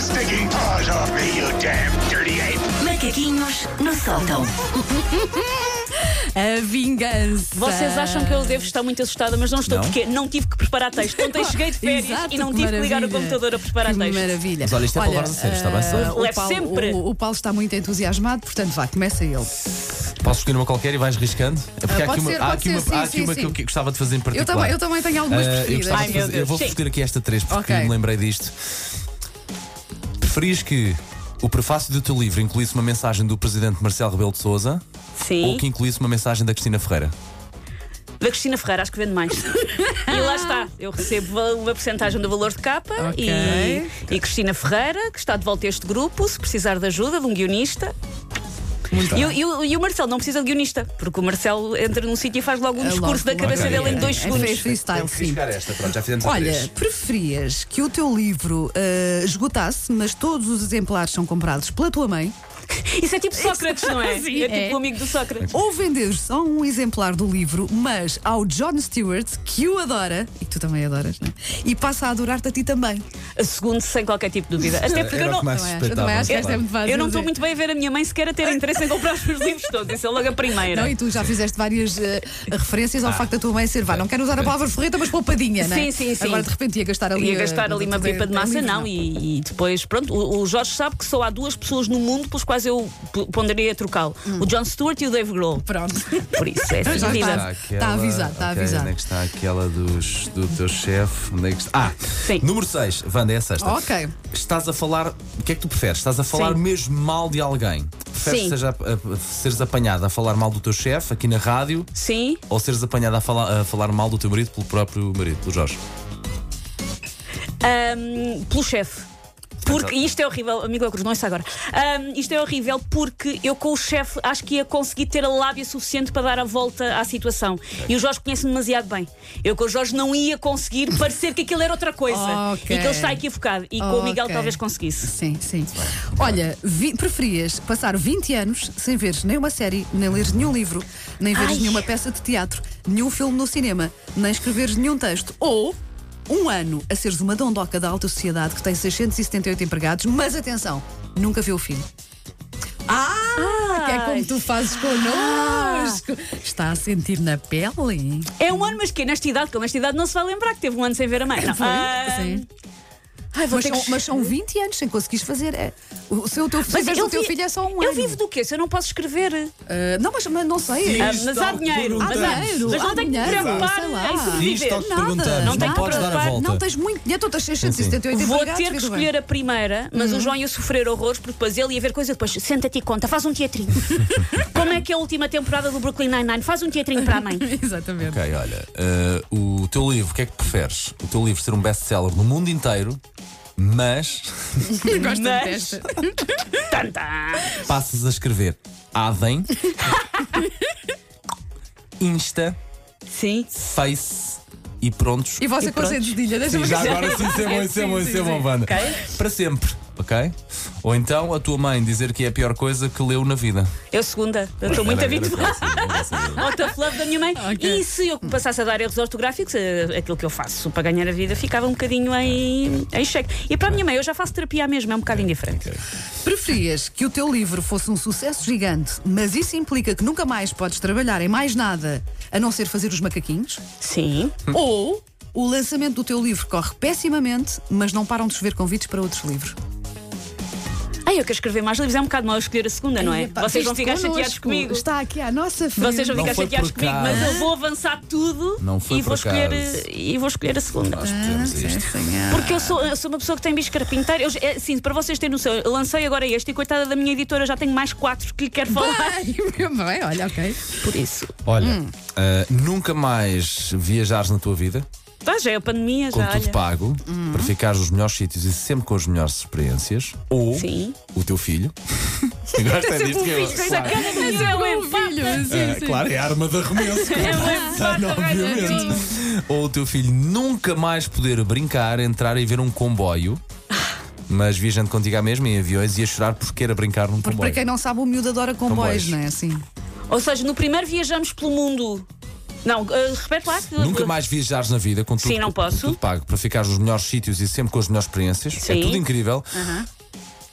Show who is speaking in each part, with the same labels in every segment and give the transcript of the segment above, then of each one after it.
Speaker 1: stinking paws off me, you damn dirty ape!
Speaker 2: Macaquinhos no sótão.
Speaker 3: A vingança.
Speaker 4: Vocês acham que eu devo estar muito assustada, mas não estou,
Speaker 5: Não?
Speaker 4: porque não tive que preparar texto. Ontem cheguei de férias
Speaker 3: Exato,
Speaker 4: e não
Speaker 3: que
Speaker 4: tive que ligar o
Speaker 3: maravilha.
Speaker 4: computador a preparar
Speaker 3: que
Speaker 4: texto.
Speaker 3: maravilha.
Speaker 5: Mas olha, isto é palavras a sério, está bem,
Speaker 3: ah,
Speaker 5: só.
Speaker 3: o
Speaker 4: Leve
Speaker 3: Paulo-
Speaker 4: sempre. Um
Speaker 3: O, o Paulo está muito entusiasmado, portanto, vá, começa ele.
Speaker 5: Posso escolher uma qualquer e vais riscando? É
Speaker 3: Ah,
Speaker 5: há
Speaker 3: pode
Speaker 5: aqui uma,
Speaker 3: ser,
Speaker 5: há
Speaker 3: pode
Speaker 5: aqui
Speaker 3: ser,
Speaker 5: uma,
Speaker 3: sim,
Speaker 5: há aqui
Speaker 3: sim,
Speaker 5: uma que,
Speaker 3: sim.
Speaker 5: eu, que gostava de fazer em
Speaker 3: Eu
Speaker 5: particular.
Speaker 3: também, eu também tenho algumas
Speaker 5: Ah, eu,
Speaker 3: preferidas.
Speaker 5: gostava
Speaker 4: Ai,
Speaker 5: de
Speaker 4: meu
Speaker 5: fazer- eu
Speaker 4: Deus,
Speaker 5: vou
Speaker 4: sim.
Speaker 5: escolher aqui esta três porque
Speaker 3: Ok.
Speaker 5: me lembrei disto. Preferias que o prefácio do teu livro incluísse uma mensagem do presidente Marcelo Rebelo de Souza ou
Speaker 4: Sim.
Speaker 5: que incluísse uma mensagem da Cristina Ferreira?
Speaker 4: Da Cristina Ferreira, acho que vende mais. e lá está. Eu recebo uma porcentagem do valor de capa
Speaker 3: Ok.
Speaker 4: e, e Cristina Ferreira, que está de volta a este grupo, se precisar de ajuda de um guionista.
Speaker 5: Muito
Speaker 4: E, o- e o- e o Marcelo não precisa de guionista, porque o Marcelo entra num sítio e faz logo um
Speaker 3: Ah, logo,
Speaker 4: discurso da cabeça
Speaker 3: ok.
Speaker 4: dele em dois
Speaker 3: É,
Speaker 4: segundos.
Speaker 3: É freestyle, sim.
Speaker 5: esta, pronto, já fizemos
Speaker 3: Olha, preferias que o teu livro ah, esgotasse, mas todos os exemplares são comprados pela tua mãe,
Speaker 4: Isso é tipo Sócrates, não é?
Speaker 3: Sim,
Speaker 4: é tipo
Speaker 3: é.
Speaker 4: o amigo do Sócrates.
Speaker 3: ou venderes só um exemplar do livro, mas ao John Stewart, que o adora, e que tu também adoras, não é? e passa a adorar-te a ti também.
Speaker 4: A segundo, sem qualquer tipo de dúvida. Até porque eu não.
Speaker 3: Não é? Eu também acho que esta é muito fácil.
Speaker 4: Eu não estou
Speaker 3: dizer.
Speaker 4: muito bem a ver a minha mãe sequer a ter interesse em comprar os meus livros todos. Isso é logo a primeira.
Speaker 3: Não, e tu já fizeste várias eh, referências ao facto da tua mãe ser vá. Não quero usar a palavra forreta, mas poupadinha, não é?
Speaker 4: Ah. Sim, sim, sim.
Speaker 3: Agora de repente ia gastar ali,
Speaker 4: Ia
Speaker 3: eh,
Speaker 4: gastar ali uma
Speaker 3: fazer-
Speaker 4: pipa de
Speaker 3: um
Speaker 4: massa,
Speaker 3: livro,
Speaker 4: não. E, e depois, pronto, o, o Jorge sabe que só há duas pessoas no mundo pelas quais eu p- ponderei a trocá-lo: o John Stewart e o Dave Grohl.
Speaker 3: Hum. Pronto.
Speaker 4: Por isso, é
Speaker 3: Já
Speaker 4: sentido.
Speaker 3: está. Está tá, avisado, está
Speaker 5: ok,
Speaker 3: avisado.
Speaker 5: Onde é que está aquela dos, do teu chefe? Onde é que está? Ah,
Speaker 4: Sim.
Speaker 5: número 6, Wanda, é a sexta.
Speaker 3: Ok.
Speaker 5: Estás a falar, o que é que tu preferes? Estás a falar
Speaker 4: Sim.
Speaker 5: mesmo mal de alguém? Preferes
Speaker 4: Sim.
Speaker 5: seja- a- a- seres apanhada a falar mal do teu chefe aqui na rádio
Speaker 4: Sim,
Speaker 5: ou seres apanhada a falar, a falar mal do teu marido pelo próprio marido, pelo Jorge?
Speaker 4: Ahm, pelo chefe. Porque
Speaker 5: Exato.
Speaker 4: e isto é horrível, amigo Cruz, não é isso agora. Ahm, isto é horrível porque eu com o chefe acho que ia conseguir ter a lábia suficiente para dar a volta à situação. E o Jorge conhece-me demasiado bem. Eu com o Jorge não ia conseguir parecer que aquilo era outra coisa.
Speaker 3: Ok.
Speaker 4: E que ele está equivocado. E com o Miguel
Speaker 3: Ok.
Speaker 4: talvez conseguisse.
Speaker 3: Sim, sim. Olha, vi- preferias passar 20 anos sem veres nenhuma série, nem leres nenhum livro, nem veres
Speaker 4: Ai.
Speaker 3: nenhuma peça de teatro, nenhum filme no cinema, nem escreveres nenhum texto, ou um ano a seres uma dondoca da alta sociedade que tem 678 empregados, mas atenção, nunca viu o fim. Ah, que é como tu fazes connosco. Está a sentir na pele?
Speaker 4: É um ano, mas que nesta idade, que ele nesta idade não se vai lembrar que teve um ano sem ver a mãe. Não. Ah,
Speaker 3: Foi?
Speaker 4: Ahm,
Speaker 3: Sim. Ah. Ai,
Speaker 4: vou
Speaker 3: mas,
Speaker 4: ter
Speaker 3: são,
Speaker 4: que-
Speaker 3: mas são 20 anos sem conseguires fazer. É, o seu teu, se tiveres o teu
Speaker 4: vi-
Speaker 3: filho é só um ano.
Speaker 4: eu vivo do quê? Se eu não posso escrever.
Speaker 3: Ah, não, mas, mas não sei. Eh,
Speaker 4: Ah, mas há dinheiro. Mas, há-
Speaker 3: dinheiro,
Speaker 4: mas
Speaker 3: um há
Speaker 4: não tenho que me
Speaker 3: dinheiro,
Speaker 4: preocupar
Speaker 3: sei lá.
Speaker 4: em
Speaker 5: Isto é
Speaker 4: sobreviver.
Speaker 5: o que
Speaker 3: Nada.
Speaker 5: perguntamos,
Speaker 4: Não
Speaker 5: não,
Speaker 4: tenho que
Speaker 5: podes dar a
Speaker 4: preocupar,
Speaker 5: volta.
Speaker 3: Não tens muito. E tu tens
Speaker 4: Eu
Speaker 3: 678
Speaker 4: Vou
Speaker 3: empregados,
Speaker 4: ter
Speaker 3: veja bem.
Speaker 4: que
Speaker 3: Uhum.
Speaker 4: escolher a primeira, mas o João ia sofrer horrores porque depois ele ia ver coisa depois. Senta-te e conta, faz um teatrinho. Como é que é a última temporada do Brooklyn Nine-Nine? Faz um teatrinho para a mãe.
Speaker 3: Exatamente.
Speaker 5: Ok, olha, eh, o teu livro, o que é que preferes? O teu livro ser um best-seller no mundo inteiro, mas
Speaker 3: Gosto
Speaker 4: Mas-
Speaker 3: desta.
Speaker 4: Tantã.
Speaker 5: passas a escrever Adem, Insta,
Speaker 4: Sim.
Speaker 5: Face e prontos.
Speaker 3: E você
Speaker 4: E
Speaker 3: com a
Speaker 4: pronto.
Speaker 3: cedilha,
Speaker 5: Sim,
Speaker 3: deixa-me
Speaker 5: já
Speaker 3: dizer.
Speaker 5: agora sim, isso é bom, isso é bom, isso é bom, Wanda.
Speaker 4: Ok.
Speaker 5: Para sempre, ok? Ou então a tua mãe dizer que é a pior coisa que leu na vida.
Speaker 4: Eu é segunda. Eu estou muito
Speaker 3: é
Speaker 5: Era- era
Speaker 4: habituada
Speaker 5: fácil, era fácil.
Speaker 4: ao tough love da minha mãe. E se eu passasse a dar erros ortográficos, eh, aquilo que eu faço para ganhar a vida ficava um bocadinho em, em cheque. E para a minha mãe, eu já faço terapia mesmo, é um bocado indiferente.
Speaker 3: Preferias que o teu livro fosse um sucesso gigante, mas isso implica que nunca mais podes trabalhar em mais nada a não ser fazer os macaquinhos?
Speaker 4: Sim.
Speaker 5: Hum.
Speaker 3: Ou o lançamento do teu livro corre pessimamente, mas não param de chover convites para outros livros?
Speaker 4: Ai, eu quero escrever mais livros, é um bocado mal escolher a segunda, não é?
Speaker 3: Epá,
Speaker 4: Vocês vão
Speaker 3: viste
Speaker 4: ficar
Speaker 3: connosco.
Speaker 4: chateados comigo.
Speaker 3: Está aqui à nossa frente.
Speaker 4: Vocês vão
Speaker 5: Não
Speaker 4: ficar
Speaker 5: foi
Speaker 4: chateados
Speaker 5: por
Speaker 4: comigo,
Speaker 5: acaso.
Speaker 4: mas eu vou avançar tudo
Speaker 5: Não foi
Speaker 4: e, vou
Speaker 5: por
Speaker 4: escolher,
Speaker 5: acaso.
Speaker 4: e vou escolher a segunda.
Speaker 5: Nós podemos isto.
Speaker 4: Porque eu sou, eu sou uma pessoa que tem bicho carpinteiro. Eu, é, sim, para vocês terem noção, eu lancei agora este e coitada da minha editora já tenho mais quatro que lhe quero falar.
Speaker 3: Ai, meu bem, olha, ok.
Speaker 4: Por isso.
Speaker 5: Olha,
Speaker 4: Hum.
Speaker 5: eh, nunca mais viajares na tua vida,
Speaker 4: Tá, já é a pandemia,
Speaker 5: com
Speaker 4: já
Speaker 5: tudo
Speaker 4: olha. Uhum.
Speaker 5: pago, para ficares nos melhores sítios e sempre com as melhores experiências. Ou
Speaker 4: Sim.
Speaker 5: o teu filho. Gosta disto que eu. Claro,
Speaker 4: Sacana de mim é o empate.
Speaker 5: eh, claro, é a arma de arremesso.
Speaker 4: É o empate,
Speaker 5: obviamente.
Speaker 4: olha.
Speaker 5: Ou o teu filho nunca mais poder brincar, entrar e ver um comboio, mas viajando contigo à mesma em aviões e a chorar porque era brincar num
Speaker 3: Porque para
Speaker 5: comboio.
Speaker 3: quem não sabe, o miúdo adora comboios,
Speaker 5: Comboios.
Speaker 3: não é assim?
Speaker 4: Ou seja, no primeiro viajamos pelo mundo. Não, eh, repete lá. que-
Speaker 5: Nunca mais viajares na vida com tudo,
Speaker 4: Sim, não
Speaker 5: com- com
Speaker 4: posso.
Speaker 5: tudo pago para ficares nos melhores sítios e sempre com as melhores experiências. É
Speaker 4: Sim.
Speaker 5: tudo incrível.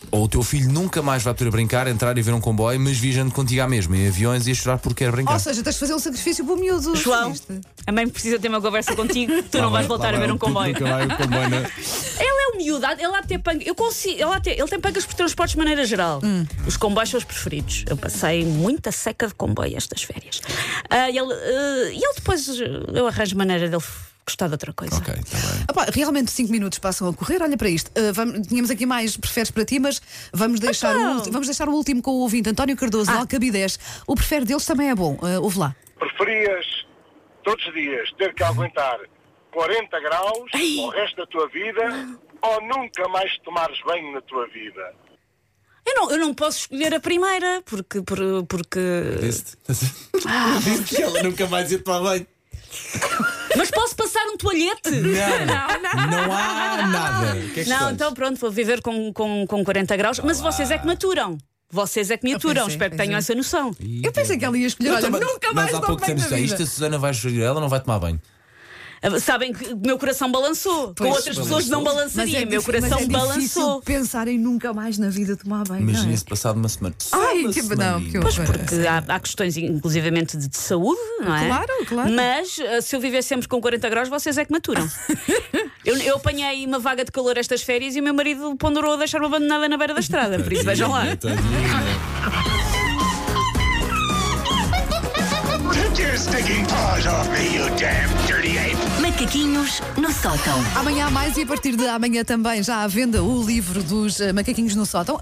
Speaker 5: Ou o teu filho nunca mais vai poder brincar, entrar e ver um comboio, mas viajando contigo à mesma, em aviões e a chorar porque quer brincar.
Speaker 3: Ou seja, tens de fazer um sacrifício para o miúdo.
Speaker 4: João,
Speaker 3: percebeste?
Speaker 4: a mãe precisa ter uma conversa contigo,
Speaker 5: Tá
Speaker 4: tu não vais voltar a ver um comboio.
Speaker 5: Nunca vai o comboio, não é?
Speaker 4: Ele é humilde, há- ele há de ter pangas. Eu consigo, ele, há de ter- ele tem pangas por transportes de maneira geral.
Speaker 5: Hum.
Speaker 4: Os comboios são os preferidos. Eu passei muita seca de comboio estas férias. Ah, ele, ah, e ele depois ah, eu arranjo maneira dele gostar de outra coisa.
Speaker 5: Ok, está bem.
Speaker 3: Ah pá, realmente 5 minutos passam a correr, olha para isto. Ah, vamos- tínhamos aqui mais preferes para ti, mas vamos deixar, o,
Speaker 4: Então.
Speaker 3: ulti- vamos deixar o último com o ouvinte António Cardoso, ah. Alcabidez. O prefere deles também é bom. Ah, ouve lá.
Speaker 6: preferias todos os dias ter que aguentar 40 graus o resto da tua vida ou nunca mais tomares banho na tua vida?
Speaker 4: Eu, não, eu não posso escolher a primeira, porque. por- porque...
Speaker 5: Disse-te. Disse-te que ela nunca mais ia tomar banho.
Speaker 4: Mas posso passar um toalhete?
Speaker 5: Não, não há nada. O que é que
Speaker 4: Não,
Speaker 5: escolhes?
Speaker 4: então pronto, vou viver com, com, com 40 graus, mas vocês é que me aturam. Vocês é que me
Speaker 3: Eu
Speaker 4: aturam,
Speaker 3: pensei,
Speaker 4: espero que tenham
Speaker 3: pensei.
Speaker 4: essa noção.
Speaker 3: Eu pensei que ela ia escolher,
Speaker 5: Eu
Speaker 3: olha,
Speaker 5: também-
Speaker 3: nunca mais
Speaker 5: Nós há
Speaker 3: tomo
Speaker 5: pouco
Speaker 3: banho
Speaker 5: temos
Speaker 3: na vida.
Speaker 5: isto, a Susana vai escolher, ela não vai tomar banho.
Speaker 4: Ah, Sabem que o meu coração balançou.
Speaker 3: Pois,
Speaker 4: com outras pessoas não
Speaker 3: Mas
Speaker 4: balançaria.
Speaker 3: é
Speaker 4: meu
Speaker 3: difícil-
Speaker 4: coração
Speaker 3: mas é difícil
Speaker 4: balançou.
Speaker 3: pensar em nunca mais na vida tomar banho, não
Speaker 5: Imagina
Speaker 3: é?
Speaker 5: se passado uma semana. Só
Speaker 3: Ai,
Speaker 5: uma
Speaker 3: que- não,
Speaker 5: semaninha.
Speaker 3: que horror. Pois,
Speaker 4: Porque há, há questões, inclusivamente, de, de saúde, não é?
Speaker 3: Claro, claro.
Speaker 4: Mas ah, se eu viver sempre com 40 graus, vocês é que maturam. eu, eu apanhei uma vaga de calor estas férias e o meu marido ponderou a deixar-me abandonada na beira da estrada. Por isso, vejam lá.
Speaker 1: Take your stinking paws off me, you damn dirty ape!
Speaker 2: Macaquinhos no sótão.
Speaker 3: Amanhã há mais e a partir de amanhã também já à venda o livro dos ah, macaquinhos no sótão.